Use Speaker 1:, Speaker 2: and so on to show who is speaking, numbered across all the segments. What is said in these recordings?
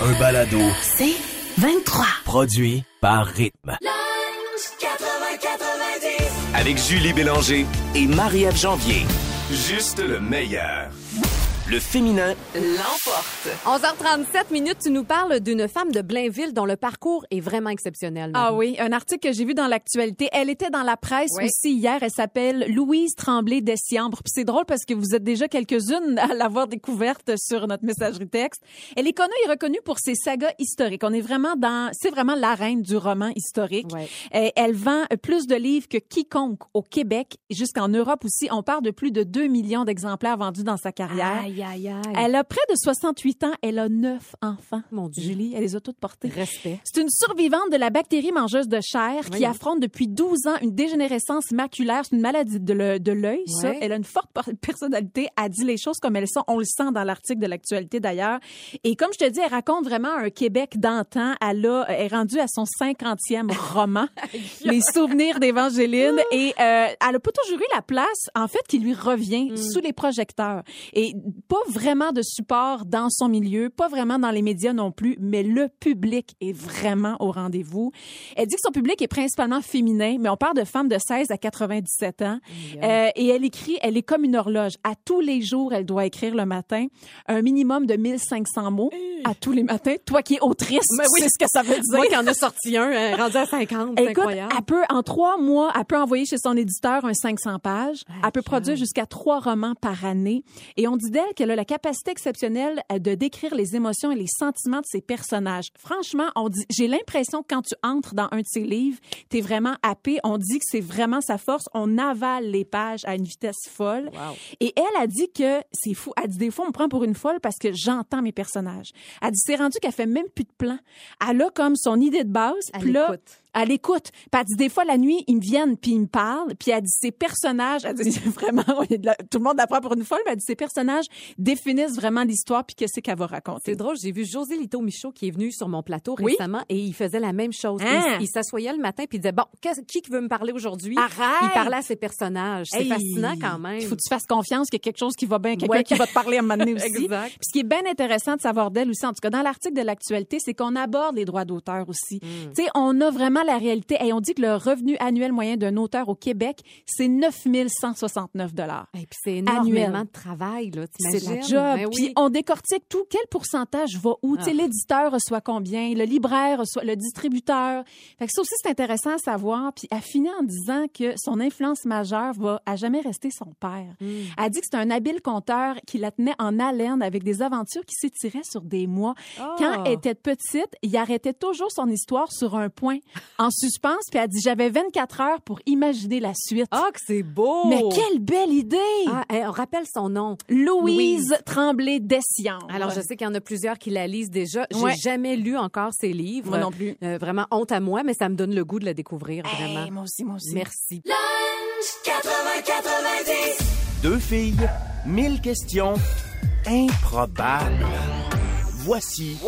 Speaker 1: Un balado
Speaker 2: C'est 23.
Speaker 1: produit par Rythme.
Speaker 3: Avec Julie Bélanger et Marie-Ève Janvier. Juste le meilleur. Le féminin
Speaker 4: 11h37 minutes, tu nous parles d'une femme de Blainville dont le parcours est vraiment exceptionnel.
Speaker 5: Ah
Speaker 4: Marie.
Speaker 5: oui, un article que j'ai vu dans l'actualité. Elle était dans la presse
Speaker 4: Oui.
Speaker 5: aussi hier. Elle s'appelle Louise Tremblay Dessiambre. Puis c'est drôle parce que vous êtes déjà quelques-unes à l'avoir découverte sur notre messagerie texte. Elle est connue et reconnue pour ses sagas historiques. On est vraiment dans, c'est vraiment la reine du roman historique.
Speaker 4: Ouais.
Speaker 5: Euh, Elle vend plus de livres que quiconque au Québec, jusqu'en Europe aussi. On parle de plus de 2 millions d'exemplaires vendus dans sa carrière.
Speaker 4: Aïe, aïe, aïe.
Speaker 5: Elle a près de 68 ans. Elle a neuf enfants.
Speaker 4: Mon Dieu.
Speaker 5: Julie, elle les a toutes portés.
Speaker 4: Respect.
Speaker 5: C'est une survivante de la bactérie mangeuse de chair
Speaker 4: Oui.
Speaker 5: qui affronte depuis 12 ans une dégénérescence maculaire. C'est une maladie de le- de l'œil, ça.
Speaker 4: Ouais.
Speaker 5: Elle a une forte por- personnalité. Elle dit les choses comme elles sont. On le sent dans l'article de l'actualité, d'ailleurs. Et comme je te dis, elle raconte vraiment un Québec d'antan. Elle a- elle est rendue à son 50e roman, Les souvenirs d'Évangéline. Et euh, elle a pas toujours eu la place, en fait, qui lui revient
Speaker 4: Mm.
Speaker 5: sous les projecteurs. Et pas vraiment de support dans son milieu, pas vraiment dans les médias non plus, mais le public est vraiment au rendez-vous. Elle dit que son public est principalement féminin, mais on parle de femmes de 16 à 97 ans. Euh, et elle écrit, elle est comme une horloge. À tous les jours, elle doit écrire le matin un minimum de 1500 mots à tous les matins. Toi qui es autrice,
Speaker 4: Mais oui.
Speaker 5: c'est ce que ça veut dire.
Speaker 4: Moi qui en a sorti un,
Speaker 5: euh,
Speaker 4: hein, rendu à 50, c'est
Speaker 5: Écoute,
Speaker 4: incroyable.
Speaker 5: elle peut, en trois mois, elle peut envoyer chez son éditeur un 500 pages. elle peut produire jusqu'à trois romans par année. Et on dit d'elle qu'elle a la capacité exceptionnelle euh, de décrire les émotions et les sentiments de ses personnages. Franchement, on dit, j'ai l'impression que quand tu entres dans un de ses livres, t'es vraiment happé. On dit que c'est vraiment sa force. On avale les pages à une vitesse folle. Et elle a dit que c'est fou. Elle dit des fois, on me prend pour une folle parce que j'entends mes personnages. Elle dit, c'est rendu qu'elle fait même plus de plan. Elle a comme son idée de base.
Speaker 4: Elle
Speaker 5: puis là,
Speaker 4: écoute.
Speaker 5: elle écoute. Puis elle dit des fois la nuit, ils me viennent puis ils me parlent. Puis elle dit ces personnages, elle dit vraiment, on est de la- tout le monde la prend pour une folle, mais elle dit ces personnages définissent vraiment l'histoire puis qu'est-ce qu'elle va raconter.
Speaker 4: C'est drôle, j'ai vu José Lito Michaud qui est venu sur mon plateau
Speaker 5: Oui.
Speaker 4: récemment et il faisait la même chose.
Speaker 5: Hein?
Speaker 4: Il, il s'assoyait le matin puis il disait bon, qu'est-ce- qui qui veut me parler aujourd'hui
Speaker 5: Arrête!
Speaker 4: Il parlait à ses personnages. C'est
Speaker 5: Hey!
Speaker 4: fascinant quand même.
Speaker 5: Il faut que tu fasses confiance qu'il y a quelque chose qui va bien, quelqu'un
Speaker 4: Ouais.
Speaker 5: qui va te parler à un moment donné aussi.
Speaker 4: Exact.
Speaker 5: Puis ce qui est bien intéressant de savoir d'elle aussi, en tout cas dans l'article de l'actualité, c'est qu'on aborde les droits d'auteur aussi.
Speaker 4: Mm.
Speaker 5: Tu sais, on a vraiment la réalité. Et on dit que le revenu annuel moyen d'un auteur au Québec, c'est 9169 dollars.
Speaker 4: Et puis c'est énormément
Speaker 5: Annuel.
Speaker 4: de travail là,
Speaker 5: C'est de la
Speaker 4: t'imagines?
Speaker 5: job.
Speaker 4: Ben oui. Ah.
Speaker 5: Puis on décortique tout. Quel pourcentage va où? Tu sais, l'éditeur reçoit combien? Le libraire reçoit, le distributeur. Fait que ça aussi, c'est intéressant à savoir. Puis elle finit en disant que son influence majeure va à jamais rester son père.
Speaker 4: Hmm.
Speaker 5: Elle dit que c'est un habile conteur qui la tenait en haleine avec des aventures qui s'étiraient sur des mois.
Speaker 4: Ah.
Speaker 5: Quand elle était petite, il arrêtait toujours son histoire sur un point, en suspense. Puis elle dit, j'avais 24 heures pour imaginer la suite.
Speaker 4: Ah, que c'est beau.
Speaker 5: Mais quelle belle idée!
Speaker 4: Ah, hey, on rappelle son nom.
Speaker 5: Louise,
Speaker 4: Louise.
Speaker 5: Tremblay Dessiambre.
Speaker 4: Alors, je sais qu'il y en a plusieurs qui la lisent déjà. J'ai
Speaker 5: Ouais.
Speaker 4: jamais lu encore ses livres.
Speaker 5: Moi non plus.
Speaker 4: Euh, vraiment, honte à moi, mais ça me donne le goût de la découvrir, vraiment.
Speaker 5: moi aussi, moi aussi.
Speaker 4: Merci.
Speaker 3: Deux filles, mille questions improbables. Voici,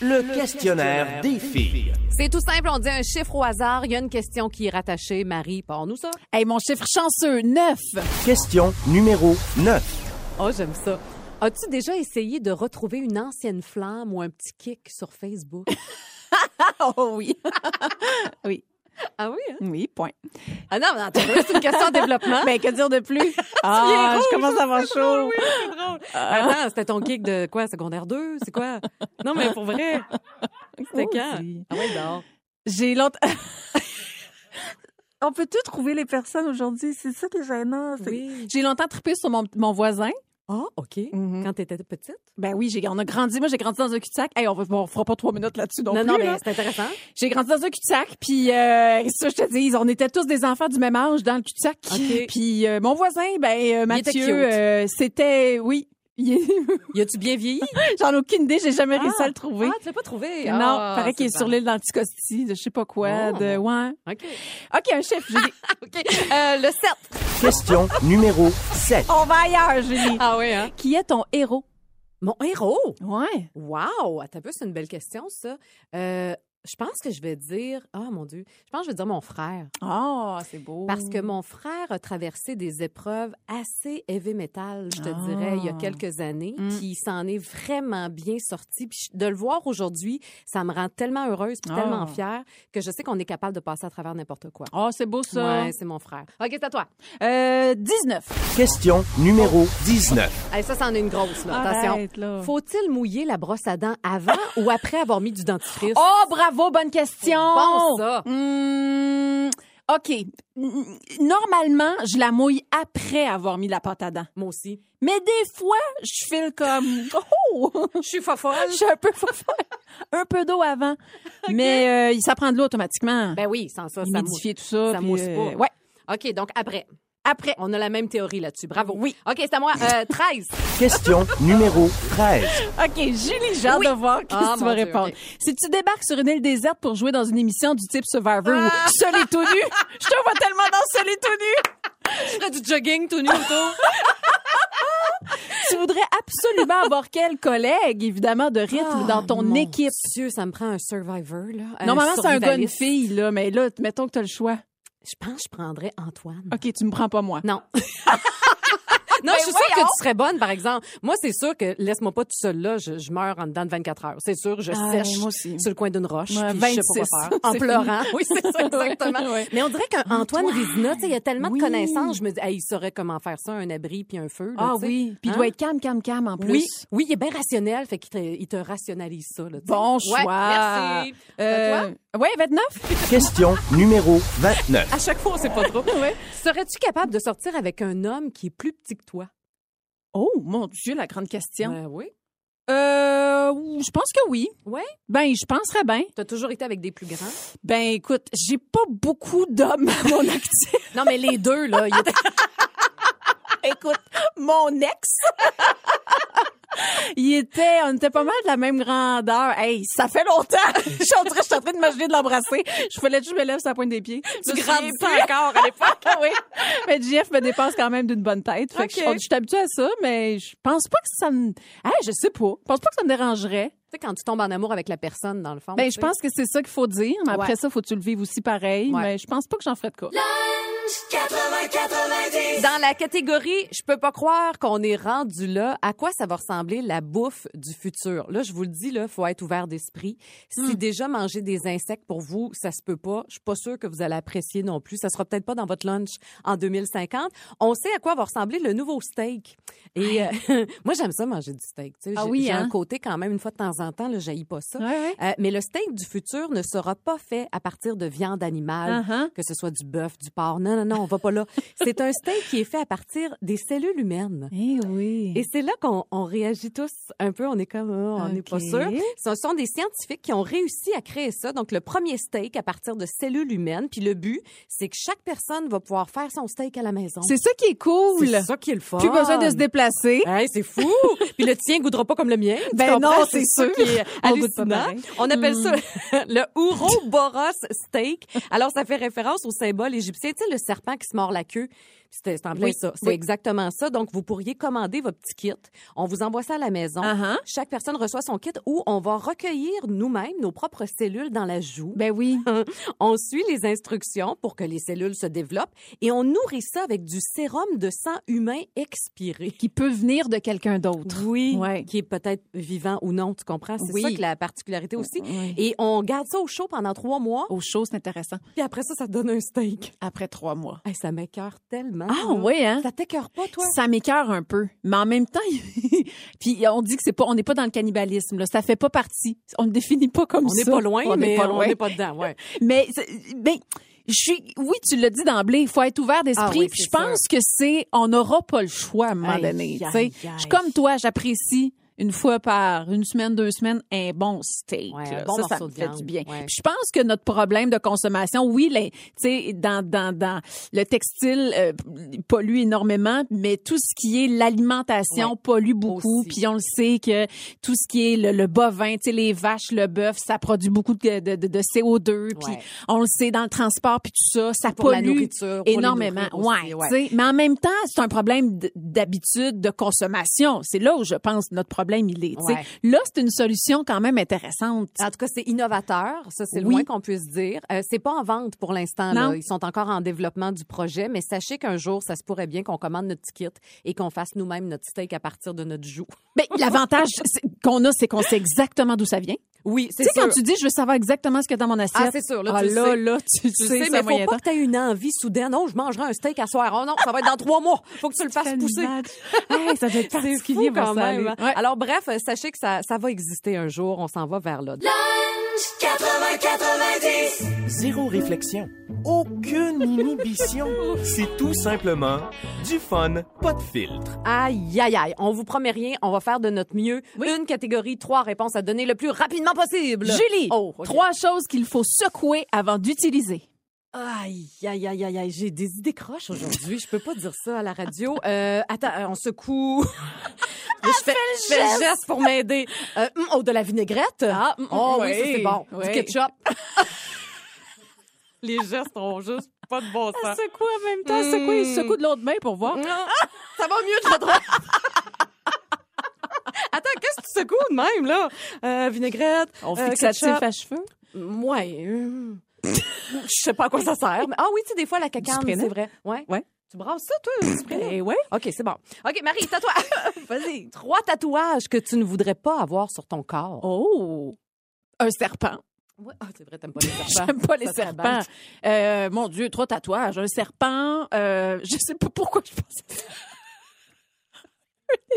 Speaker 3: le, questionnaire des filles.
Speaker 4: C'est tout simple, on dit un chiffre au hasard, il y a une question qui est rattachée. Marie, parle-nous ça.
Speaker 5: Hey, mon chiffre chanceux, 9.
Speaker 3: Question numéro 9.
Speaker 4: Oh, j'aime ça. As-tu déjà essayé de retrouver une ancienne flamme ou un petit kick sur Facebook?
Speaker 5: Oh oui. oui.
Speaker 4: ah oui? hein?
Speaker 5: Oui, point.
Speaker 4: Ah non, mais attends, c'est une question de développement.
Speaker 5: Ben, que dire de plus? ah, je commence à avoir chaud. euh,
Speaker 4: Attends, c'était ton kick de quoi? Secondaire 2? C'est quoi? Non, mais pour vrai. C'était quand?
Speaker 5: Aussi.
Speaker 4: Ah ouais, dehors.
Speaker 5: J'ai l'autre. On peut tout trouver les personnes aujourd'hui. C'est ça qui est gênant. Ah, c'est-
Speaker 4: Oui.
Speaker 5: J'ai longtemps trippé sur mon, mon voisin.
Speaker 4: Ah, OK.
Speaker 5: Mm.
Speaker 4: Quand t'étais petite?
Speaker 5: Ben oui, j'ai, on a grandi. Moi, j'ai grandi dans un cul-de-sac. Hey, on, va, on fera pas trois minutes là-dessus non,
Speaker 4: non,
Speaker 5: plus.
Speaker 4: non,
Speaker 5: là.
Speaker 4: mais c'est intéressant.
Speaker 5: J'ai grandi dans un cul-de-sac, puis euh, ça, je te dis, on était tous des enfants du même âge dans le cul-de-sac.
Speaker 4: OK.
Speaker 5: Puis euh, mon voisin, ben euh,
Speaker 4: Il était
Speaker 5: Mathieu,
Speaker 4: cute.
Speaker 5: euh, c'était, oui, Il est-
Speaker 4: Y a-tu bien vieilli?
Speaker 5: J'en ai aucune idée, j'ai jamais
Speaker 4: Ah.
Speaker 5: réussi à le trouver.
Speaker 4: Ah, tu l'as pas trouvé?
Speaker 5: non,
Speaker 4: Ah,
Speaker 5: paraît qu'il
Speaker 4: c'est
Speaker 5: est sur
Speaker 4: bon.
Speaker 5: l'île d'Anticosti, de je sais pas quoi,
Speaker 4: Oh.
Speaker 5: de ouais.
Speaker 4: OK.
Speaker 5: OK, un chef, Julie.
Speaker 4: OK. Euh, le 7.
Speaker 6: Question numéro 7.
Speaker 5: On va ailleurs, Julie.
Speaker 4: Ah oui, hein?
Speaker 5: Qui est ton héros
Speaker 4: Mon héros!
Speaker 5: Ouais.
Speaker 4: Wow! Attends un peu, c'est une belle question, ça. Euh, je pense que je vais dire... Ah, mon Dieu. Je pense que je vais dire mon frère.
Speaker 5: Oh, c'est beau.
Speaker 4: Parce que mon frère a traversé des épreuves assez heavy metal, je te
Speaker 5: Ah.
Speaker 4: dirais, il y a quelques années,
Speaker 5: Mm.
Speaker 4: qui s'en est vraiment bien sorti. Puis je- de le voir aujourd'hui, ça me rend tellement heureuse, puis
Speaker 5: Ah.
Speaker 4: tellement fière que je sais qu'on est capable de passer à travers n'importe quoi.
Speaker 5: Oh, c'est beau ça.
Speaker 4: Ouais, c'est mon frère. OK, c'est à toi.
Speaker 5: Euh, 19.
Speaker 6: Question numéro 19.
Speaker 4: Allez, ça, c'en est une grosse, là. Attention.
Speaker 5: Arrête, là.
Speaker 4: Faut-il mouiller la brosse à dents avant ou après avoir mis du dentifrice?
Speaker 5: Oh, bravo, bonne question.
Speaker 4: Bon, ça.
Speaker 5: Hmm, OK. N- Normalement, je la mouille après avoir mis la pâte à dents.
Speaker 4: Moi aussi.
Speaker 5: Mais des fois, je file comme oh,
Speaker 4: Je suis fofolle.
Speaker 5: je suis un peu un peu d'eau avant. Mais euh, ça prend de l'eau automatiquement.
Speaker 4: Ben oui, sans ça, ça mouille.
Speaker 5: Humidifier tout ça,
Speaker 4: ça
Speaker 5: puis,
Speaker 4: mousse
Speaker 5: euh,
Speaker 4: pas.
Speaker 5: ouais.
Speaker 4: OK, donc après.
Speaker 5: Après.
Speaker 4: On a la même théorie là-dessus. Bravo. Oui. OK, c'est à moi. Euh, 13.
Speaker 6: Question numéro 13.
Speaker 5: OK, Julie, j'ai hâte
Speaker 4: Oui.
Speaker 5: de voir qu'est-ce
Speaker 4: Ah,
Speaker 5: que tu
Speaker 4: mon
Speaker 5: vas
Speaker 4: Dieu,
Speaker 5: répondre.
Speaker 4: OK.
Speaker 5: Si tu débarques sur une île déserte pour jouer dans une émission du type Survivor
Speaker 4: Ah!
Speaker 5: ou Seul et tout nu, je te vois tellement dans Seul et tout nu.
Speaker 4: ferais du jogging tout nu autour.
Speaker 5: Tu voudrais absolument avoir quel collègue, évidemment, de rythme dans ton
Speaker 4: Ah, mon
Speaker 5: équipe.
Speaker 4: Dieu, ça me prend un survivor, là. un
Speaker 5: Normalement, c'est un gars, une
Speaker 4: survivaliste.
Speaker 5: fille, là, mais là, mettons que tu as le choix.
Speaker 4: Je pense que je prendrais Antoine.
Speaker 5: OK, tu me prends pas moi.
Speaker 4: Non. non,
Speaker 5: Ben
Speaker 4: je suis sûre que tu serais bonne, par exemple. Moi, c'est sûr que laisse-moi pas tout seul là, je, je meurs en dedans de 24 heures. C'est sûr, je
Speaker 5: Ah,
Speaker 4: sèche
Speaker 5: moi aussi.
Speaker 4: sur le coin d'une roche.
Speaker 5: Ouais,
Speaker 4: puis je sais pas quoi
Speaker 5: 26.
Speaker 4: faire. En
Speaker 5: C'est
Speaker 4: pleurant. Oui, c'est ça, exactement.
Speaker 5: Ouais. Hum,
Speaker 4: Mais on dirait qu'Antoine Vézina, tu sais, il y a tellement
Speaker 5: Oui.
Speaker 4: de connaissances. Je me dis, hey, il saurait comment faire ça, un abri puis un feu. là,
Speaker 5: Ah
Speaker 4: tu sais.
Speaker 5: oui, puis il
Speaker 4: Hein?
Speaker 5: doit être calme, calme, calme en plus.
Speaker 4: Oui, oui, il est bien rationnel, fait qu'il te, il te rationalise ça. Là, tu sais.
Speaker 5: Bon
Speaker 4: Ouais,
Speaker 5: choix.
Speaker 4: merci. À
Speaker 5: Euh,
Speaker 4: toi?
Speaker 5: ouais, 29.
Speaker 6: Question numéro 29.
Speaker 4: À chaque fois, on sait pas trop. Serais-tu capable de sortir avec un homme qui est plus petit que toi?
Speaker 5: Oh, mon Dieu, la grande question.
Speaker 4: Ben oui.
Speaker 5: Euh, je pense que oui.
Speaker 4: Ouais?
Speaker 5: Ben, je penserais bien.
Speaker 4: T'as toujours été avec des plus grands?
Speaker 5: Ben, écoute, j'ai pas beaucoup d'hommes à mon actif.
Speaker 4: Non, mais les deux, là. il était-
Speaker 5: écoute, mon ex. Il était, on était pas mal de la même grandeur. Hey, ça fait longtemps. Je suis en train, je suis en train de m'ageler de l'embrasser. Je voulais que je me lève sur la pointe des pieds.
Speaker 4: Tu
Speaker 5: Je me
Speaker 4: grandis
Speaker 5: souviens plus.
Speaker 4: encore à l'époque.
Speaker 5: Ah oui. Mais Jeff me dépasse quand même d'une bonne tête. Fait que
Speaker 4: Ok.
Speaker 5: je, on- je suis habituée à ça, mais je pense pas que ça me. Ah, je sais pas. Je pense pas que ça me dérangerait.
Speaker 4: Tu sais, quand tu tombes en amour avec la personne, dans le fond.
Speaker 5: Ben,
Speaker 4: tu
Speaker 5: je
Speaker 4: sais.
Speaker 5: pense que c'est ça qu'il faut dire. Mais après
Speaker 4: Ouais.
Speaker 5: ça, faut que tu le vives aussi pareil.
Speaker 4: Ouais.
Speaker 5: Mais je pense pas que j'en ferais de quoi.
Speaker 4: Dans la catégorie, je peux pas croire qu'on est rendu là. À quoi ça va ressembler la bouffe du futur Là, je vous le dis, là, faut être ouvert d'esprit. Si déjà manger des insectes pour vous, ça se peut pas. Je suis pas sûre que vous allez apprécier non plus. Ça sera peut-être pas dans votre lunch en 2050. On sait à quoi va ressembler le nouveau steak. Et euh, moi, j'aime ça manger du steak. tu sais.
Speaker 5: Ah
Speaker 4: J'ai-
Speaker 5: oui,
Speaker 4: j'ai
Speaker 5: hein?
Speaker 4: un côté quand même une fois de temps en temps, là, j'haïs pas ça.
Speaker 5: Ouais, ouais.
Speaker 4: Euh, mais le steak du futur ne sera pas fait à partir de viande animale,
Speaker 5: Uh-huh.
Speaker 4: que ce soit du bœuf, du porc. Non, non, non, on va pas là. C'est un steak qui est fait à partir des cellules humaines.
Speaker 5: Eh oui.
Speaker 4: Et c'est là qu'on on réagit tous un peu, on est comme, Ah, on n'est pas
Speaker 5: Ok.
Speaker 4: sûr. Ce sont des scientifiques qui ont réussi à créer ça, donc le premier steak à partir de cellules humaines. Puis le but, c'est que chaque personne va pouvoir faire son steak à la maison.
Speaker 5: C'est ça qui est cool.
Speaker 4: C'est ça qui est le fun.
Speaker 5: Plus besoin de se déplacer.
Speaker 4: Hey, c'est fou! Puis le tien goûdera pas comme le mien. tu
Speaker 5: Ben
Speaker 4: comprends?
Speaker 5: non, c'est
Speaker 4: ça
Speaker 5: sûr.
Speaker 4: qui est
Speaker 5: On goûte pas
Speaker 4: hallucinant.
Speaker 5: pareil.
Speaker 4: On appelle ça le Ouroboros steak. Alors, ça fait référence au symbole égyptien. Tu sais, le serpent qui se mord la queue. C'était c'est en plein
Speaker 5: Oui,
Speaker 4: ça. C'est
Speaker 5: oui.
Speaker 4: exactement ça. Donc, vous pourriez commander votre petit kit. On vous envoie ça à la maison.
Speaker 5: Uh-huh.
Speaker 4: Chaque personne reçoit son kit où on va recueillir nous-mêmes nos propres cellules dans la joue.
Speaker 5: Ben oui.
Speaker 4: On suit les instructions pour que les cellules se développent et on nourrit ça avec du sérum de sang humain expiré.
Speaker 5: Qui peut venir de quelqu'un d'autre.
Speaker 4: Oui,
Speaker 5: Ouais.
Speaker 4: qui est peut-être vivant ou non, tu comprends? C'est
Speaker 5: Oui.
Speaker 4: ça que la particularité aussi.
Speaker 5: Oui.
Speaker 4: Et on garde ça au chaud pendant trois mois,
Speaker 5: Aux choses, c'est intéressant.
Speaker 4: puis après ça, ça te donne un steak.
Speaker 5: Oh, Après trois mois.
Speaker 4: Hey, ça m'écœure tellement.
Speaker 5: Ah
Speaker 4: là.
Speaker 5: oui, hein?
Speaker 4: Ça t'écœure pas, toi?
Speaker 5: Ça m'écœure un peu, mais en même temps, puis on dit que c'est pas, on n'est pas dans le cannibalisme. Là. Ça fait pas partie. On ne définit pas comme
Speaker 4: On
Speaker 5: ça.
Speaker 4: n'est pas loin,
Speaker 5: on
Speaker 4: mais
Speaker 5: n'est pas loin.
Speaker 4: on n'est pas dedans, ouais.
Speaker 5: Ah Mais c'est- ben, je suis, oui, tu l'as dit d'emblée, il faut être ouvert d'esprit.
Speaker 4: Ah oui,
Speaker 5: puis je
Speaker 4: c'est
Speaker 5: pense que c'est, on n'aura pas le choix à un moment
Speaker 4: Aïe,
Speaker 5: donné. tu sais.
Speaker 4: aïe, aïe.
Speaker 5: Je suis comme toi, j'apprécie une fois par une semaine, deux semaines, un bon steak.
Speaker 4: Ouais, un
Speaker 5: là.
Speaker 4: bon
Speaker 5: ça, ça
Speaker 4: morceau
Speaker 5: me
Speaker 4: de
Speaker 5: fait
Speaker 4: viande.
Speaker 5: du bien.
Speaker 4: Ouais.
Speaker 5: Puis Je pense que notre problème de consommation, oui, les, tu sais, dans, dans, dans le textile euh, pollue énormément, mais tout ce qui est l'alimentation
Speaker 4: Ouais.
Speaker 5: pollue beaucoup.
Speaker 4: Aussi.
Speaker 5: Puis on le sait que tout ce qui est le, le bovin, tu sais, les vaches, le bœuf, ça produit beaucoup de, de, de- de CO2. Puis
Speaker 4: Ouais.
Speaker 5: on le sait dans le transport, puis tout ça, ça
Speaker 4: Pour la
Speaker 5: pollue
Speaker 4: nourriture, pour les
Speaker 5: énormément.
Speaker 4: nourrir aussi,
Speaker 5: ouais,
Speaker 4: ouais.
Speaker 5: tu sais. Mais en même temps, c'est un problème d- d'habitude, de consommation. C'est là où je pense que notre problème il est. tu sais.
Speaker 4: Ouais. Ah.
Speaker 5: Là, c'est une solution quand même intéressante.
Speaker 4: En tout cas, c'est innovateur, ça c'est le
Speaker 5: Oui.
Speaker 4: moins qu'on puisse dire. Euh, c'est pas en vente pour l'instant
Speaker 5: Non.
Speaker 4: là, ils sont encore en développement du projet, mais sachez qu'un jour ça se pourrait bien qu'on commande notre petit kit et qu'on fasse nous-mêmes notre steak à partir de notre joue.
Speaker 5: Ben, l'avantage c'est- qu'on a, c'est qu'on sait exactement d'où ça vient.
Speaker 4: Oui, c'est
Speaker 5: Tu sais,
Speaker 4: sûr.
Speaker 5: quand tu dis, je veux savoir exactement ce qu'il y a dans mon assiette.
Speaker 4: Ah, c'est sûr, là,
Speaker 5: Ah,
Speaker 4: tu le
Speaker 5: là,
Speaker 4: sais.
Speaker 5: là, tu,
Speaker 4: Tu
Speaker 5: sais,
Speaker 4: sais,
Speaker 5: c'est
Speaker 4: mais
Speaker 5: moyen
Speaker 4: faut pas que tu aies une envie soudaine. Oh, je mangerai un steak à soir. Oh non, ça va être dans trois mois. Faut que tu le fasses pousser.
Speaker 5: hey, ça doit être
Speaker 4: C'est
Speaker 5: particulier
Speaker 4: fou
Speaker 5: pour
Speaker 4: quand
Speaker 5: ça
Speaker 4: même.
Speaker 5: aller. Ouais.
Speaker 4: Alors bref, euh, sachez que ça, ça va exister un jour. On s'en va vers là.
Speaker 6: Zéro réflexion. Aucune inhibition. C'est tout simplement du fun, pas de filtre.
Speaker 4: Aïe, aïe, aïe. On vous promet rien. On va faire de notre mieux. Une catégorie, trois réponses à donner le plus rapidement possible.
Speaker 5: Julie,
Speaker 4: Oh, ok.
Speaker 5: trois choses qu'il faut secouer avant d'utiliser.
Speaker 4: Aïe, aïe, aïe, aïe, aïe. J'ai des idées croches aujourd'hui. Je peux pas dire ça à la radio. Euh, attends, euh, on secoue. je fais, je fais le geste pour m'aider. Euh, hum, oh, de la vinaigrette. Ah, oh, oui, ça, c'est bon.
Speaker 5: oui.
Speaker 4: Du ketchup. Les gestes ont juste pas de bon sens.
Speaker 5: Secoue en même temps, secoue et secoue de l'autre main pour voir.
Speaker 4: Ça va mieux de la droite. Attends, qu'est-ce que tu secoues de même, là? Euh, vinaigrette.
Speaker 5: On
Speaker 4: euh,
Speaker 5: fixatif
Speaker 4: ketchup.
Speaker 5: à cheveux.
Speaker 4: Ouais. euh, Je sais pas à quoi ça sert. mais- Ah oui, tu sais, des fois, la cacane,
Speaker 5: sprénat?
Speaker 4: c'est vrai. Ouais.
Speaker 5: Ouais.
Speaker 4: Tu brasses ça, toi, du sprénat?
Speaker 5: Eh ouais.
Speaker 4: OK, c'est bon. OK, Marie, tatouage. Vas-y. Trois tatouages que tu ne voudrais pas avoir sur ton corps.
Speaker 5: Oh! Un serpent.
Speaker 4: Ouais. Ah, c'est vrai, t'aimes pas les serpents.
Speaker 5: J'aime pas les
Speaker 4: Ça te
Speaker 5: serpents.
Speaker 4: rabâche.
Speaker 5: Euh, mon Dieu, trois tatouages. Un serpent, euh, je sais pas pourquoi je pense à ça.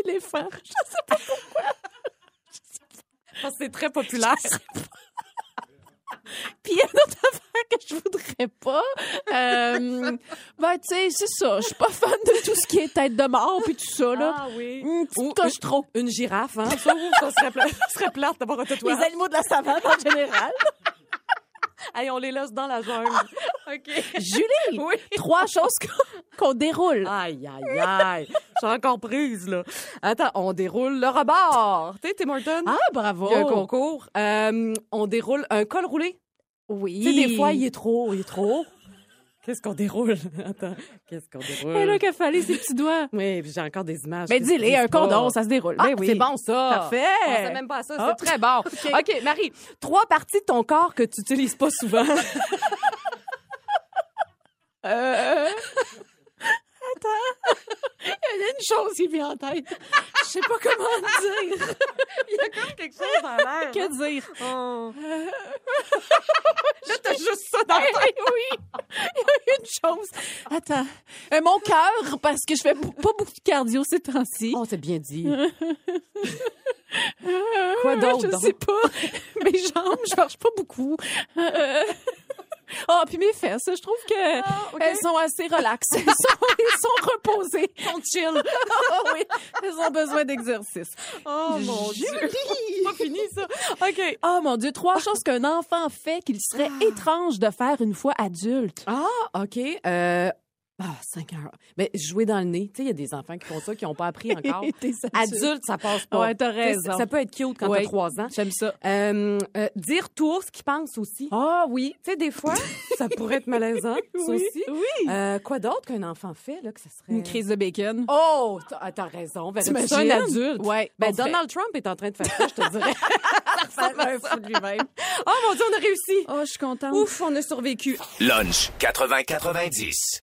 Speaker 5: Un éléphant. Je sais pas.
Speaker 4: Je pense que C'est très populaire.
Speaker 5: Puis il y a une autre affaire que je voudrais pas. Euh, ben, tu sais, c'est ça. Je suis pas fan de tout ce qui est tête de mort puis tout ça, là.
Speaker 4: Ah oui.
Speaker 5: Une petite
Speaker 4: Ou
Speaker 5: coche trop.
Speaker 4: Une girafe, hein? Ça, ouf, ça serait, pla- ça serait plate d'avoir un tatouage.
Speaker 5: animaux de la savane en général.
Speaker 4: Allez, on les laisse dans la jungle. OK.
Speaker 5: Julie,
Speaker 4: Oui.
Speaker 5: trois choses qu'on- qu'on déroule.
Speaker 4: Aïe, aïe, aïe. Je suis encore prise, là. Attends, on déroule le rebord. Tu sais, Tim Hortons,
Speaker 5: Ah, bravo.
Speaker 4: il y a un concours. Euh, on déroule un col roulé.
Speaker 5: Oui.
Speaker 4: Tu sais, des fois, il est trop, haut, il est trop. haut. Qu'est-ce qu'on déroule? Attends, qu'est-ce qu'on déroule?
Speaker 5: là qu'elle fallait ses petits doigts.
Speaker 4: Oui, puis j'ai encore des images.
Speaker 5: euh, Mais
Speaker 4: que
Speaker 5: dis-le,
Speaker 4: je
Speaker 5: un
Speaker 4: trouve pas.
Speaker 5: condom, ça se déroule.
Speaker 4: Ah,
Speaker 5: Ben oui.
Speaker 4: c'est bon, ça.
Speaker 5: Parfait.
Speaker 4: Je pensais même pas à ça.
Speaker 5: Ah.
Speaker 4: C'est très bon. OK, Marie, trois parties de ton corps que tu utilises pas souvent.
Speaker 5: Euh... Attends. Il y a une chose qui me vient en tête. Je sais pas comment dire.
Speaker 4: Il y a comme quelque chose en l'air. hein. Oh.
Speaker 5: Que dire?
Speaker 4: Là, t'as juste ça dans
Speaker 5: Eh oui, il y a une chose. Attends. Euh, mon cœur, parce que je fais bou- pas beaucoup de cardio ces temps-ci.
Speaker 4: Oh, c'est bien dit. Quoi d'autre?
Speaker 5: Je
Speaker 4: donc?
Speaker 5: sais pas. Mes jambes, je marche pas beaucoup. Euh, Oh, puis mes fesses, je trouve que
Speaker 4: Ah, ok.
Speaker 5: elles sont assez relaxes. Elles sont, elles sont reposées.
Speaker 4: On chill.
Speaker 5: Oh oui, elles ont besoin d'exercice.
Speaker 4: Oh mon
Speaker 5: Julie!
Speaker 4: dieu. C'est pas fini ça. OK. Ah.
Speaker 5: Oh mon Dieu, trois choses qu'un enfant fait qu'il serait étrange de faire une fois adulte.
Speaker 4: Ah, OK. Euh ah, 5 heures. Mais jouer dans le nez, tu sais, il y a des enfants qui font ça qui n'ont pas appris encore.
Speaker 5: Des adultes.
Speaker 4: Adulte, ça passe pas.
Speaker 5: Ouais, t'as
Speaker 4: Tu sais,
Speaker 5: raison.
Speaker 4: Ça peut être cute quand
Speaker 5: Ouais.
Speaker 4: t'as 3 ans.
Speaker 5: J'aime ça.
Speaker 4: Euh, euh, dire tout haut ce qu'ils pensent aussi.
Speaker 5: Ah oui.
Speaker 4: Tu sais, des fois, ça pourrait être malaisant, ça aussi.
Speaker 5: oui.
Speaker 4: Euh, quoi d'autre qu'un enfant fait, là, que ça serait...
Speaker 5: Une crise de bacon.
Speaker 4: Oh, t'as ah, t'as raison. Ben,
Speaker 5: T'imagines?
Speaker 4: c'est un adulte.
Speaker 5: Ouais.
Speaker 4: Ben,
Speaker 5: On fait.
Speaker 4: Donald Trump est en train de faire ça, je te dirais.
Speaker 5: un fou de lui-même.
Speaker 4: oh mon Dieu, on a réussi.
Speaker 5: Oh, je suis contente.
Speaker 4: Ouf, on a survécu.
Speaker 3: Lunch 80-90.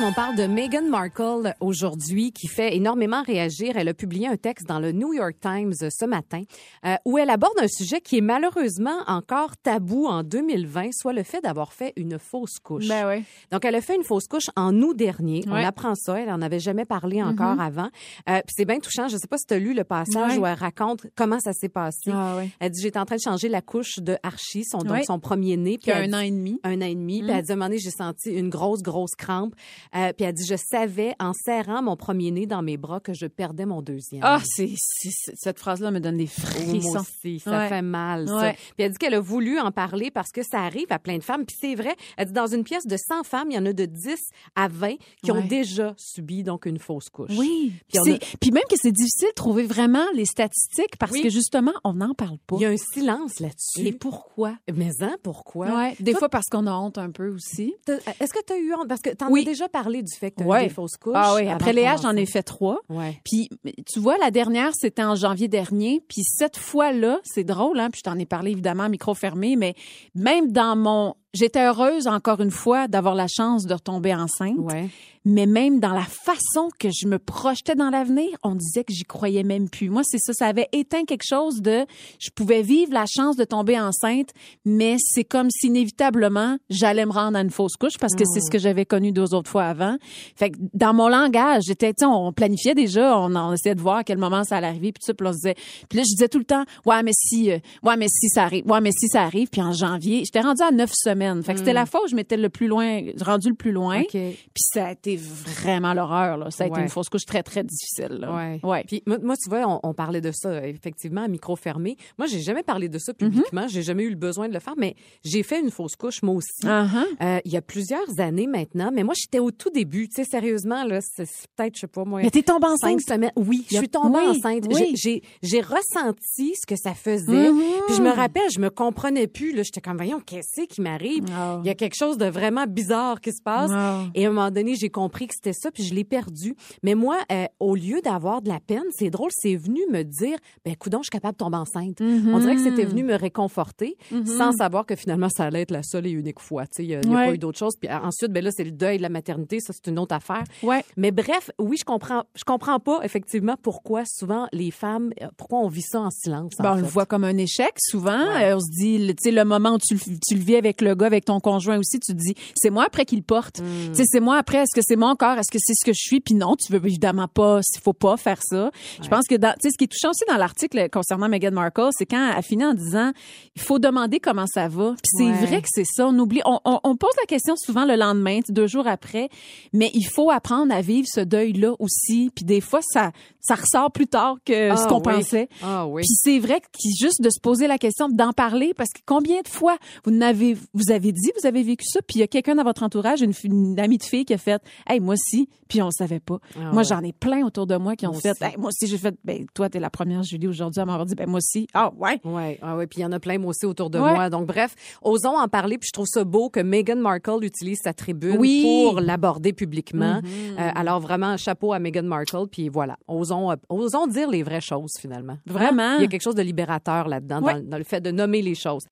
Speaker 4: On parle de Meghan Markle aujourd'hui qui fait énormément réagir. Elle a publié un texte dans le New York Times ce matin euh, où elle aborde un sujet qui est malheureusement encore tabou en 2020, soit le fait d'avoir fait une fausse couche.
Speaker 5: Ben oui.
Speaker 4: Donc, elle a fait une fausse couche en août dernier. On
Speaker 5: Ouais. Mm-hmm.
Speaker 4: apprend ça. Elle en avait jamais parlé encore avant. Euh, Puis c'est bien touchant. Je sais pas si tu as lu le passage
Speaker 5: Ouais.
Speaker 4: où elle raconte comment ça s'est passé.
Speaker 5: Ah ouais.
Speaker 4: Elle dit, j'étais en train de changer la couche de Archie, son, donc
Speaker 5: Ouais.
Speaker 4: son premier né.
Speaker 5: Qui a
Speaker 4: elle
Speaker 5: un
Speaker 4: dit-
Speaker 5: an et demi. Mm.
Speaker 4: un an et demi. Puis elle dit, à un moment donné, j'ai senti une grosse, grosse crampe. Euh, puis elle dit, je savais en serrant mon premier-né dans mes bras que je perdais mon deuxième. Oh,
Speaker 5: Ah, c'est, c'est- c'est- cette phrase-là me donne des frissons.
Speaker 4: Moi aussi, ça
Speaker 5: Ouais.
Speaker 4: fait mal. ça.
Speaker 5: Ouais.
Speaker 4: Puis elle dit qu'elle a voulu en parler parce que ça arrive à plein de femmes. Puis c'est vrai, elle dit dans une pièce de 100 femmes, il y en a de 10 à 20 qui ont
Speaker 5: Ouais.
Speaker 4: déjà subi donc une fausse couche.
Speaker 5: Oui.
Speaker 4: Puis
Speaker 5: Puis,
Speaker 4: on
Speaker 5: c'est- puis même que c'est difficile de trouver vraiment les statistiques parce
Speaker 4: Oui.
Speaker 5: que justement, on n'en parle pas.
Speaker 4: Il y a un silence là-dessus.
Speaker 5: Et pourquoi?
Speaker 4: Mais hein, pourquoi?
Speaker 5: Ouais. Des fois parce qu'on a honte un peu aussi.
Speaker 4: T'as- Est-ce que tu as eu honte? Parce que tu en
Speaker 5: Oui.
Speaker 4: as déjà parlé du fait que tu as
Speaker 5: Ouais.
Speaker 4: eu des fausses couches.
Speaker 5: Ah oui,
Speaker 4: avant
Speaker 5: après
Speaker 4: de
Speaker 5: Léa, j'en ai
Speaker 4: commencer.
Speaker 5: fait trois.
Speaker 4: Ouais.
Speaker 5: Puis tu vois, la dernière, c'était en janvier dernier. Puis cette fois-là, c'est drôle, hein, puis je t'en ai parlé évidemment à micro fermé, mais même dans mon... J'étais heureuse, encore une fois, d'avoir la chance de retomber enceinte.
Speaker 4: Ouais.
Speaker 5: Mais même dans la façon que je me projetais dans l'avenir, on disait que j'y croyais même plus. Moi, c'est ça, ça avait éteint quelque chose de, je pouvais vivre la chance de tomber enceinte, mais c'est comme si inévitablement, j'allais me rendre à une fausse couche parce que c'est ce que j'avais connu deux autres fois avant. Fait que dans mon langage, j'étais, tu sais, on planifiait déjà, on, on essayait de voir à quel moment ça allait arriver, puis tout ça, puis on se disait, puis là, je disais tout le temps, ouais, mais si, euh, ouais, mais si ça arrive, ouais, mais si ça arrive, puis en janvier, j'étais rendue à neuf semaines. Fait que c'était la fois où je m'étais le plus loin, rendue le plus loin.
Speaker 4: OK.
Speaker 5: Puis ça a été vraiment l'horreur. Là. Ça a été
Speaker 4: Ouais.
Speaker 5: une fausse couche très, très difficile. Là.
Speaker 4: Ouais.
Speaker 5: Ouais.
Speaker 4: Puis moi, moi, tu vois, on, on parlait de ça effectivement à micro fermé. Moi, j'ai jamais parlé de ça publiquement. J'ai jamais eu le besoin de le faire, mais j'ai fait une fausse couche moi aussi.
Speaker 5: Uh-huh.
Speaker 4: Euh, il y a plusieurs années maintenant, mais moi, j'étais au tout début. Tu sais, sérieusement, là, c'est c'est peut-être, je sais pas, moi.
Speaker 5: Mais t'es tombée
Speaker 4: Cinq
Speaker 5: enceinte.
Speaker 4: semaines. Oui, je
Speaker 5: Y a-
Speaker 4: suis tombée
Speaker 5: oui,
Speaker 4: enceinte.
Speaker 5: oui.
Speaker 4: J'ai- J'ai j'ai ressenti ce que ça faisait.
Speaker 5: Mhm.
Speaker 4: Puis je me rappelle, je me comprenais plus. là. J'étais comme, voyons, qu'est-ce qui m'arrive?
Speaker 5: Ah.
Speaker 4: Il y a quelque chose de vraiment bizarre qui se passe.
Speaker 5: Ah.
Speaker 4: Et à un moment donné, j'ai compris que c'était ça, puis je l'ai perdu. Mais moi, euh, au lieu d'avoir de la peine, c'est drôle, c'est venu me dire, ben coudon, je suis capable de tomber enceinte. On dirait que c'était
Speaker 5: Mm-hmm.
Speaker 4: venu me réconforter, sans savoir que finalement, ça allait être la seule et unique fois. Tu sais, il n'y a, il y a
Speaker 5: Ouais.
Speaker 4: pas eu d'autre chose. Puis euh, ensuite, ben là, c'est le deuil de la maternité, ça, c'est une autre affaire.
Speaker 5: Ouais.
Speaker 4: Mais bref, oui, je comprends, je comprends pas effectivement pourquoi souvent les femmes, euh, pourquoi on vit ça en silence. en
Speaker 5: Ben, on
Speaker 4: fait.
Speaker 5: le voit comme un échec souvent.
Speaker 4: Ouais.
Speaker 5: Euh, on se dit, le- tu sais, le moment où tu, le- tu le vis avec le gars, avec ton conjoint aussi, tu te dis, c'est moi après qui le porte.
Speaker 4: Hmm.
Speaker 5: Tu sais, c'est moi après. Est-ce que c'est mon corps Est-ce que c'est ce que je suis Puis non, tu veux évidemment pas. Il faut pas faire ça. Je pense que dans, tu sais, ce qui est touchant aussi dans l'article concernant Meghan Markle, c'est quand elle finit en disant, il faut demander comment ça va. Puis c'est
Speaker 4: Ouais.
Speaker 5: vrai que c'est ça. On oublie. On, on- on pose la question souvent le lendemain, tu sais, deux jours après. Mais il faut apprendre à vivre ce deuil-là aussi. Puis des fois, ça, ça ressort plus tard que
Speaker 4: Ah
Speaker 5: ce qu'on
Speaker 4: oui.
Speaker 5: pensait.
Speaker 4: Ah oui.
Speaker 5: Puis c'est vrai que juste de se poser la question, d'en parler, parce que combien de fois vous n'avez, vous avez dit, vous avez vécu ça, puis il y a quelqu'un dans votre entourage, une, fi- une amie de fille qui a fait, hey moi aussi, puis on savait pas.
Speaker 4: Ah
Speaker 5: moi
Speaker 4: ouais.
Speaker 5: j'en ai plein autour de moi qui ont
Speaker 4: Moi
Speaker 5: fait,
Speaker 4: aussi.
Speaker 5: hey moi aussi j'ai fait, ben toi t'es la première Julie aujourd'hui à m'avoir dit, ben moi aussi, ah ouais.
Speaker 4: Ouais, ah ouais, puis il y en a plein moi aussi autour de
Speaker 5: Ouais.
Speaker 4: moi. Donc bref, osons en parler, puis je trouve ça beau que Meghan Markle utilise sa tribune
Speaker 5: Oui.
Speaker 4: pour l'aborder publiquement. Euh, alors vraiment chapeau à Meghan Markle, puis voilà, osons euh, osons dire les vraies choses finalement.
Speaker 5: Vraiment.
Speaker 4: Il y a quelque chose de libérateur là-dedans
Speaker 5: Ouais.
Speaker 4: dans, dans le fait de nommer les choses.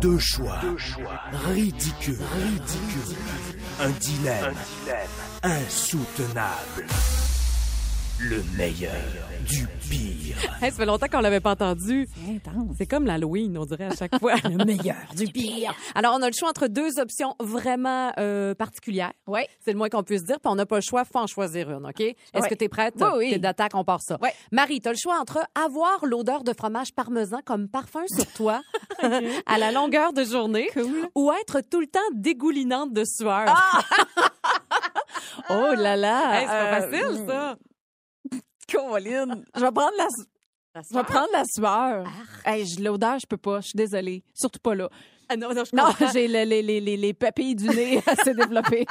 Speaker 1: Deux choix. Ridicule. Ridicule. Un dilemme. Insoutenable. Le meilleur du pire.
Speaker 4: Hey, ça fait longtemps qu'on l'avait pas entendu.
Speaker 5: Intense.
Speaker 4: C'est comme l'Halloween, on dirait à chaque fois. le meilleur du pire. Alors, on a le choix entre deux options vraiment euh, particulières.
Speaker 5: Ouais.
Speaker 4: C'est le moins qu'on puisse dire. Puis on n'a pas le choix, faut en choisir une, OK? Est-ce
Speaker 5: Ouais.
Speaker 4: que tu es prête?
Speaker 5: Oui, oui.
Speaker 4: T'es d'attaque, on part ça.
Speaker 5: Ouais.
Speaker 4: Marie, tu as le choix entre avoir l'odeur de fromage parmesan comme parfum sur toi à la longueur de journée ou être tout le temps dégoulinante de sueur.
Speaker 5: Oh là là.
Speaker 4: Ah! Hey, c'est pas
Speaker 5: euh,
Speaker 4: facile, ça.
Speaker 5: Colin, je vais prendre la, je vais prendre la sueur. Hey, je- l'odeur, je peux pas, je suis désolée, surtout pas là.
Speaker 4: Ah non, non, je
Speaker 5: Non,
Speaker 4: comprends.
Speaker 5: j'ai le- les, les, les, les papilles du nez assez développées.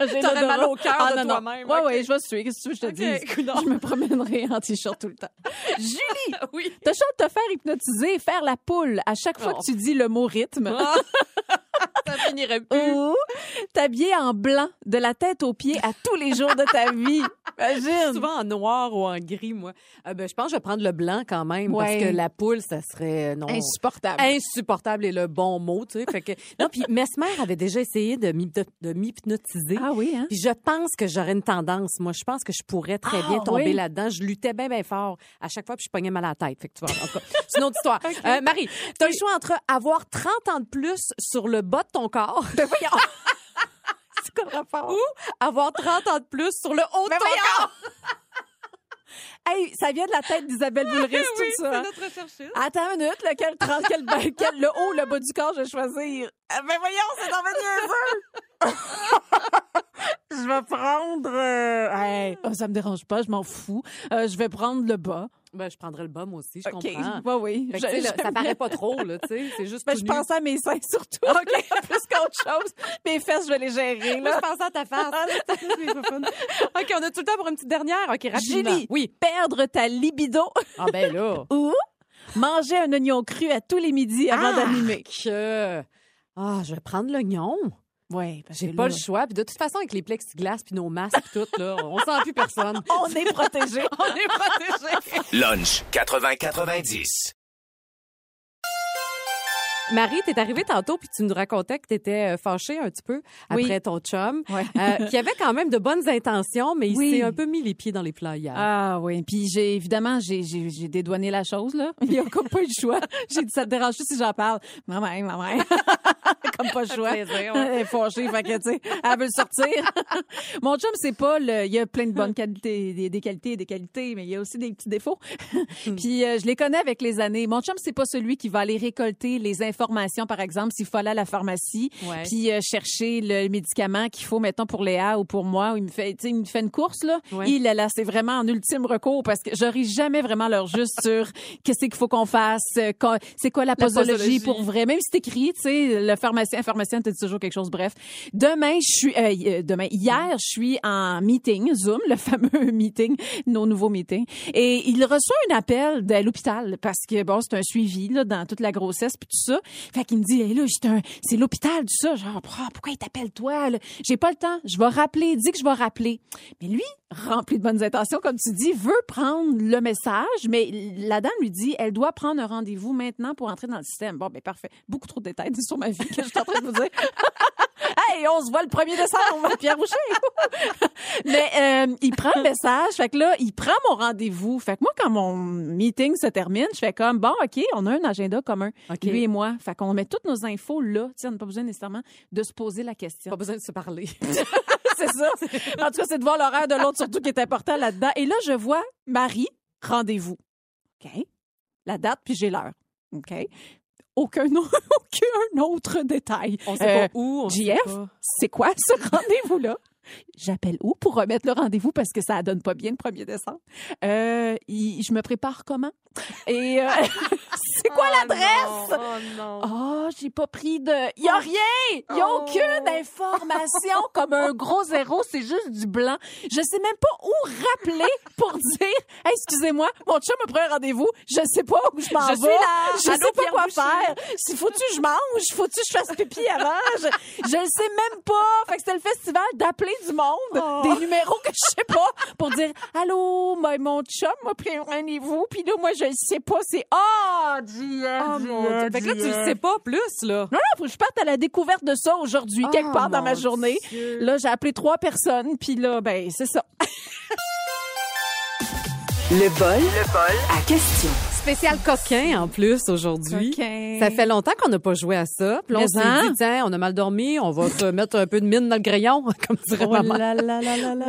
Speaker 5: j'ai
Speaker 4: T'aurais
Speaker 5: l'odorat.
Speaker 4: mal au cœur de
Speaker 5: non, non.
Speaker 4: toi-même,
Speaker 5: Ouais,
Speaker 4: ok.
Speaker 5: ouais, je vais suer. Qu'est-ce que tu veux que je te
Speaker 4: Ok,
Speaker 5: dise? Je me promènerai en t-shirt tout le temps. Julie,
Speaker 4: oui. Oh.
Speaker 5: t'as chaud de te faire hypnotiser, faire la poule à chaque fois
Speaker 4: Non.
Speaker 5: que tu dis le mot rythme.
Speaker 4: Ah. ça finirait plus.
Speaker 5: Ou t'habiller en blanc de la tête aux pieds à tous les jours de ta vie. Imagine.
Speaker 4: souvent en noir ou en gris, moi. Euh, ben, je pense que je vais prendre le blanc quand même,
Speaker 5: Ouais.
Speaker 4: parce que la poule, ça serait... euh, Non,
Speaker 5: Insupportable.
Speaker 4: insupportable est le bon mot, tu sais. Fait que... Non, puis Mesmer avait déjà essayé de m'hypno- de m'hypnotiser.
Speaker 5: Ah oui, hein?
Speaker 4: Puis je pense que j'aurais une tendance. Moi, je pense que je pourrais très
Speaker 5: Ah,
Speaker 4: bien tomber
Speaker 5: oui.
Speaker 4: là-dedans. Je luttais bien, bien fort. À chaque fois, puis je pognais mal à la tête. Fait que tu vois, en tout cas, c'est une autre histoire. Euh, Marie, tu as le choix entre avoir 30 ans de plus sur le bas de ton corps.
Speaker 5: Ben Ben
Speaker 4: Ou avoir 30 ans de plus sur le haut de ton corps.
Speaker 5: Hey, ça vient de la tête d'Isabelle Boulris, tout
Speaker 4: hein?
Speaker 5: ça.
Speaker 7: notre recherchiste.
Speaker 5: Attends une minute, lequel, trans- quel, ben- quel- le haut, le bas du corps, je vais choisir. Eh ben voyons, c'est dans niaiseux! je vais prendre... euh, hey, oh, ça me dérange pas, je m'en fous. Euh, je vais prendre le bas.
Speaker 4: Ben, je prendrais le bum aussi, je
Speaker 5: OK.
Speaker 4: comprends.
Speaker 5: Ouais, oui.
Speaker 4: Fait que, tu sais, là, ça paraît pas trop, là, tu sais. C'est juste.
Speaker 5: Ben,
Speaker 4: tout
Speaker 5: je
Speaker 4: nu.
Speaker 5: pense à mes seins surtout, Ah, OK, plus qu'autre chose. Mes fesses, je vais les gérer,
Speaker 7: Moi,
Speaker 5: là.
Speaker 7: je pensais à ta face. OK, on a tout le temps pour une petite dernière. OK, rapidement.
Speaker 5: Julie,
Speaker 4: Oui.
Speaker 5: perdre ta libido
Speaker 4: Ah, ben là.
Speaker 5: ou manger un oignon cru à tous les midis avant d'animer.
Speaker 4: Ah, Que. Ah, je vais prendre l'oignon.
Speaker 5: Ouais,
Speaker 4: J'ai pas le choix. Puis de toute façon, avec les plexiglas puis nos masques puis tout, là, on sent plus personne.
Speaker 5: On est protégé.
Speaker 4: On est protégés.
Speaker 3: Lunch 80-90.
Speaker 4: Marie, t'es arrivée tantôt puis tu nous racontais que t'étais euh, fâchée un petit peu
Speaker 5: Oui.
Speaker 4: après ton chum,
Speaker 5: Ouais.
Speaker 4: euh, qui avait quand même de bonnes intentions, mais il
Speaker 5: Oui.
Speaker 4: s'est un peu mis les pieds dans les plats hier.
Speaker 5: Ah oui, puis j'ai évidemment j'ai j'ai j'ai dédouané la chose là. Il y a comme pas eu le choix. J'ai dit ça te dérange si j'en parle. Maman, maman. comme pas le choix.
Speaker 4: plaisir, ouais.
Speaker 5: Elle est fâchée, fait que tu sais, elle veut le sortir. Mon chum c'est pas le il y a plein de bonnes qualités, des, des qualités et des qualités, mais il y a aussi des petits défauts. puis euh, je les connais avec les années. Mon chum c'est pas celui qui va aller récolter les informations par exemple s'il faut aller à la pharmacie
Speaker 4: Ouais.
Speaker 5: puis euh, chercher le médicament qu'il faut mettons pour Léa ou pour moi, ou il me fait tu sais, il me fait une course là.
Speaker 4: Ouais.
Speaker 5: Il là, là, c'est vraiment en ultime recours parce que j'aurai jamais vraiment leur juste sur qu'est-ce qu'il faut qu'on fasse, euh, qu'on- c'est quoi la posologie,
Speaker 7: posologie.
Speaker 5: pour vrai. Même si c'est écrit, tu sais, le pharmacien, pharmacien te dit toujours quelque chose. Bref, demain, je suis, euh, y- euh, demain, hier, je suis en meeting Zoom, le fameux meeting, nos nouveaux meetings, et il reçoit un appel de l'hôpital parce que bon, c'est un suivi là dans toute la grossesse puis tout ça. Fait qu'il me dit, Hey, là, c'est un, c'est l'hôpital tout ça. Genre, Ah, pourquoi il t'appelle toi là? J'ai pas le temps. Je vais rappeler. Dis que je vais rappeler. Mais lui, rempli de bonnes intentions, comme tu dis, veut prendre le message, mais la dame lui dit, elle doit prendre un rendez-vous maintenant pour entrer dans le système. Bon, ben parfait. Beaucoup trop de détails sur ma vie que je suis en train de vous dire. hey, on se voit le 1er décembre, Pierre Roucher. mais euh, il prend le message, fait que là, il prend mon rendez-vous. Fait que moi, quand mon meeting se termine, je fais comme, bon, OK, on a un agenda commun,
Speaker 4: OK.
Speaker 5: lui et moi. Fait qu'on met toutes nos infos là. Tu sais, on n'a pas besoin nécessairement de se poser la question.
Speaker 4: Pas besoin de se parler.
Speaker 5: c'est ça. En tout cas, c'est de voir l'horaire de l'autre surtout qui est important là-dedans. Et là, je vois Marie, rendez-vous. OK. La date, puis j'ai l'heure. OK. Aucun, au- aucun autre détail.
Speaker 4: On sait
Speaker 5: Euh,
Speaker 4: pas où. On sait
Speaker 5: JF,
Speaker 4: pas.
Speaker 5: c'est quoi ce rendez-vous-là? J'appelle où pour remettre le rendez-vous parce que ça donne pas bien le 1er décembre? Euh, il- je me prépare comment? Et euh, c'est quoi
Speaker 4: Ah,
Speaker 5: l'adresse?
Speaker 7: Oh non.
Speaker 5: Oh, j'ai pas pris de. Y a rien! Y a
Speaker 7: Oh.
Speaker 5: aucune information comme un gros zéro, c'est juste du blanc. Je sais même pas où rappeler pour dire, Hey, excusez-moi, mon chum me prend un rendez-vous, je sais pas où je m'en
Speaker 7: Je
Speaker 5: vais.
Speaker 7: suis là.
Speaker 5: Je
Speaker 7: Allô,
Speaker 5: sais pas
Speaker 7: Pierre
Speaker 5: quoi
Speaker 7: Boucher.
Speaker 5: faire. Si faut-tu que je mange, faut-tu que je fasse pipi avant, je, je le sais même pas. Fait que c'était le festival d'appeler du monde,
Speaker 7: Oh.
Speaker 5: des numéros que je sais pas, pour dire, allô, mon- mon chum m'a pris un rendez-vous, puis là, moi, je sais pas, c'est, oh, Dieu,
Speaker 4: Ah, mon
Speaker 5: Oh,
Speaker 4: Dieu. Fait que là, tu le sais pas plus, là.
Speaker 5: non, non, faut que je parte à la découverte de ça aujourd'hui,
Speaker 4: Ah,
Speaker 5: quelque part dans ma journée. Là, j'ai appelé trois personnes, puis là, ben, c'est ça.
Speaker 2: Le bol, le bol à question.
Speaker 4: Spécial coquin, en plus, aujourd'hui.
Speaker 5: Coquin.
Speaker 4: Ça fait longtemps qu'on n'a pas joué à ça. Puis là, on
Speaker 5: Mais hein?
Speaker 4: s'est dit, tiens, on a mal dormi, on va se mettre un peu de mine dans le crayon, comme dirait maman.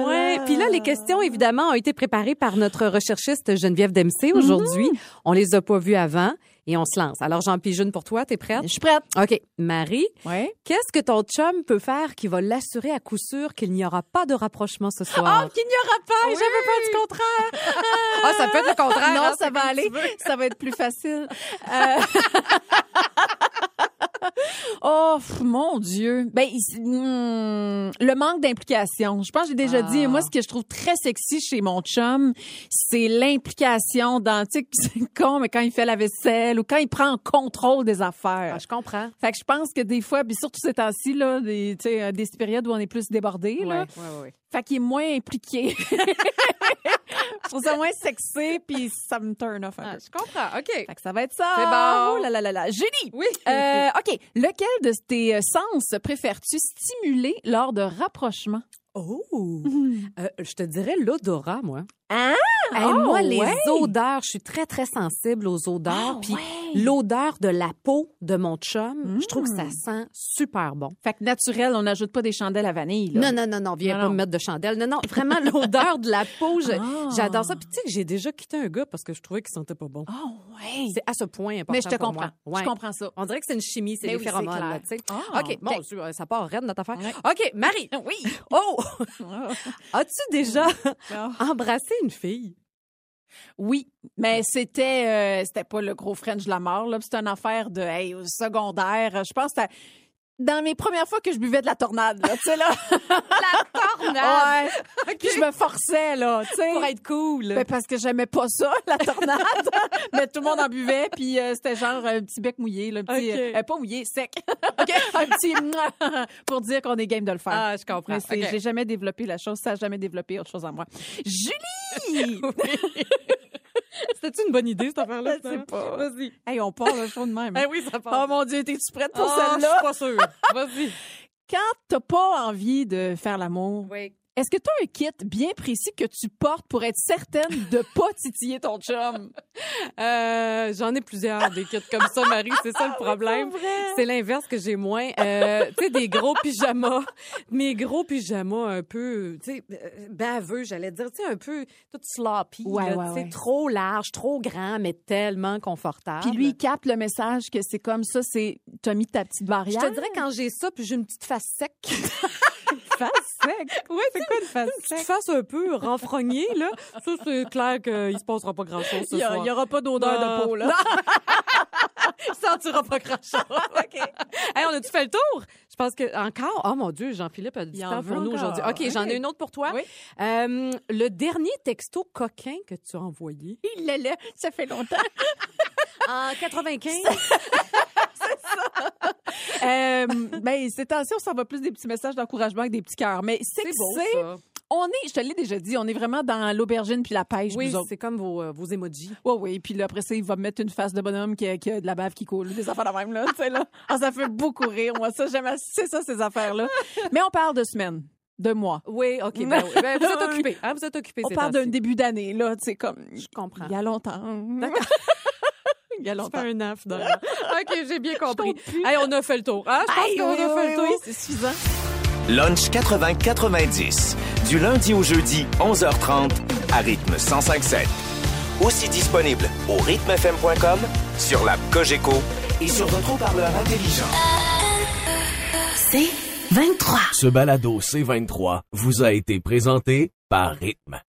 Speaker 4: Ouais. Puis Oh là, les questions, évidemment, ont été préparées par notre recherchiste Geneviève Dempsey aujourd'hui. On les a pas vues avant et on se lance. Alors, Jean Pigeon, pour toi, t'es prête?
Speaker 5: Je suis prête.
Speaker 4: OK. Marie,
Speaker 5: Ouais.
Speaker 4: qu'est-ce que ton chum peut faire qui va l'assurer à coup sûr qu'il n'y aura pas de rapprochement ce soir?
Speaker 5: Oh, qu'il n'y aura pas, je veux pas du contraire.
Speaker 4: Ah, ça peut être le contraire.
Speaker 5: non,
Speaker 4: hein,
Speaker 5: ça
Speaker 4: c'est
Speaker 5: va
Speaker 4: comme
Speaker 5: aller.
Speaker 4: tu veux.
Speaker 5: Ça va être plus facile. Euh, oh pff, mon Dieu. Ben il- hmm, le manque d'implication. Je pense que j'ai déjà
Speaker 4: Ah.
Speaker 5: dit. Moi, ce que je trouve très sexy chez mon chum, c'est l'implication dans. Tu sais, c'est con, mais quand il fait la vaisselle ou quand il prend contrôle des affaires.
Speaker 4: Ah, je comprends.
Speaker 5: Fait que je pense que des fois, puis surtout ces temps-ci là, des, tu sais, euh, des périodes où on est plus débordé là,
Speaker 4: Ouais, ouais, ouais.
Speaker 5: fait qu'il est moins impliqué. je trouve ça moins sexy, puis ça me turn off un peu.
Speaker 4: Ah, je comprends. OK.
Speaker 5: Fait que ça va être ça.
Speaker 4: C'est bon.
Speaker 5: Oh là là là là. Julie!
Speaker 4: Oui.
Speaker 5: Euh, OK. Lequel de tes euh, sens préfères-tu stimuler lors de rapprochement?
Speaker 4: Oh! Euh, je te dirais l'odorat, moi.
Speaker 5: Hein?
Speaker 4: Hey,
Speaker 5: Oh,
Speaker 4: moi, les
Speaker 5: ouais.
Speaker 4: odeurs, je suis très, très sensible aux odeurs. puis l'odeur de la peau de mon chum, je trouve que ça sent super bon.
Speaker 5: Fait que naturel, on n'ajoute pas des chandelles à vanille. là.
Speaker 4: Non, non, non, non, viens
Speaker 5: Non,
Speaker 4: pas
Speaker 5: non.
Speaker 4: me mettre de chandelle. Non, non, vraiment, l'odeur de la peau, je-
Speaker 5: Ah.
Speaker 4: j'adore ça. Puis tu sais que j'ai déjà quitté un gars parce que je trouvais qu'il sentait pas bon.
Speaker 5: Oh, ouais.
Speaker 4: C'est à ce point important
Speaker 5: Mais je te
Speaker 4: pour
Speaker 5: comprends.
Speaker 4: moi.
Speaker 5: Je
Speaker 4: Ouais.
Speaker 5: comprends ça.
Speaker 4: On dirait que c'est une chimie, Ben c'est
Speaker 5: Mais
Speaker 4: les
Speaker 5: oui, c'est
Speaker 4: phéromones,
Speaker 5: clair.
Speaker 4: là, tu sais.
Speaker 5: Ah.
Speaker 4: OK, mon
Speaker 5: Fait-
Speaker 4: Dieu, euh, ça part raide, notre affaire. OK, Marie.
Speaker 5: Oui.
Speaker 4: Oh! As-tu déjà embrassé une fille?
Speaker 5: Oui, mais c'était euh, c'était pas le gros French de la mort là, c'était une affaire de hey, au secondaire, euh, je pense que c'était dans mes premières fois que je buvais de la tornade là, tu sais là.
Speaker 4: La
Speaker 5: tornade. Puis je me forçais là, tu sais.
Speaker 4: Pour être cool.
Speaker 5: Ben, parce que j'aimais pas ça, la tornade. mais tout le monde en buvait, puis euh, c'était genre un petit bec mouillé, là, un petit,
Speaker 4: Ok.
Speaker 5: euh, pas mouillé, sec. un petit mouah pour dire qu'on est game de le faire.
Speaker 4: Ah, je comprends.
Speaker 5: Mais c'est-
Speaker 4: Ok.
Speaker 5: j'ai jamais développé la chose, ça a jamais développé autre chose en moi. Julie!
Speaker 4: C'était-tu une bonne idée, cette affaire-là?
Speaker 5: Je sais
Speaker 4: ben, pas. Vas-y.
Speaker 5: hey, on part le show de même.
Speaker 4: Eh oui, ça
Speaker 5: Oh
Speaker 4: part.
Speaker 5: mon Dieu, es-tu prête pour
Speaker 4: Oh,
Speaker 5: celle-là?
Speaker 4: Je suis pas sûre. Vas-y.
Speaker 5: Quand t'as pas envie de faire l'amour,
Speaker 4: Oui.
Speaker 5: est-ce que t'as un kit bien précis que tu portes pour être certaine de pas titiller ton chum?
Speaker 4: Euh, J'en ai plusieurs, des kits comme ça, Marie. C'est ça le
Speaker 5: Hein?
Speaker 4: problème. Ah, C'est l'inverse que j'ai moins. Euh, tu sais, des gros pyjamas. Mes gros pyjamas un peu, tu sais, euh, baveux, j'allais dire. Tu sais, un peu tout sloppy.
Speaker 5: Ouais,
Speaker 4: là,
Speaker 5: ouais,
Speaker 4: tu sais,
Speaker 5: ouais.
Speaker 4: Trop large, trop grand, mais tellement confortable.
Speaker 5: Puis lui, il capte le message que c'est comme ça, c'est t'as mis ta petite
Speaker 4: je
Speaker 5: barrière.
Speaker 4: te dirais quand j'ai ça, puis j'ai une petite face sec.
Speaker 5: face sec.
Speaker 4: Oui, c'est quoi une face sec? Une petite face un peu renfrognée, là. Ça, c'est clair qu'il se passera pas grand-chose ce
Speaker 5: Il y, a-
Speaker 4: soir.
Speaker 5: il y aura pas d'odeur
Speaker 4: Non.
Speaker 5: de peau, là.
Speaker 4: sentiras pas crachat. OK. Hey, on a-tu fait le tour? Je pense que encore. Oh mon Dieu, Jean-Philippe a du
Speaker 5: Il en
Speaker 4: temps
Speaker 5: veut
Speaker 4: pour nous
Speaker 5: encore.
Speaker 4: aujourd'hui. OK, j'en ai une autre pour toi.
Speaker 5: Oui.
Speaker 4: Euh, le dernier texto coquin que tu as envoyé
Speaker 5: Il l'a là, ça fait longtemps.
Speaker 4: en 95.
Speaker 5: euh, ben, c'est temps on s'en va plus des petits messages d'encouragement que des petits cœurs. Mais c'est que c'est,
Speaker 4: ça.
Speaker 5: on est, je te l'ai déjà dit, on est vraiment dans l'aubergine puis la pêche,
Speaker 4: Oui,
Speaker 5: nous autres.
Speaker 4: c'est comme vos, euh, vos emojis.
Speaker 5: Oui, oui. Puis là, après ça, il va me mettre une face de bonhomme qui a, qui a de la bave qui coule, des affaires de même, là. tu sais, là. Ah, ça fait beaucoup rire, moi. Ça, j'aime assez c'est ça, ces affaires-là. Mais on parle de semaines, de mois.
Speaker 4: Oui, OK. Ben, oui. Ben, vous êtes occupés. hein, vous êtes occupés.
Speaker 5: On
Speaker 4: ces
Speaker 5: parle d'un
Speaker 4: temps-ci.
Speaker 5: début d'année, là. Tu sais, comme.
Speaker 4: Je comprends.
Speaker 5: Il y a longtemps. il y
Speaker 4: Ça
Speaker 5: a longtemps.
Speaker 4: fait un an, finalement. OK, j'ai bien compris.
Speaker 5: compte plus.
Speaker 4: Hey, on a fait le tour. hein? Je pense
Speaker 5: Aïe,
Speaker 4: qu'on
Speaker 5: oui,
Speaker 4: a fait
Speaker 5: oui,
Speaker 4: le tour.
Speaker 5: oui, c'est suffisant.
Speaker 3: Lunch 80-90. Du lundi au jeudi, 11h30, à rythme 105.7. Aussi disponible au rythmefm.com, sur l'app Cogeco et sur votre haut-parleur intelligent.
Speaker 2: C'est 23.
Speaker 1: Ce balado C23 vous a été présenté par Rythme.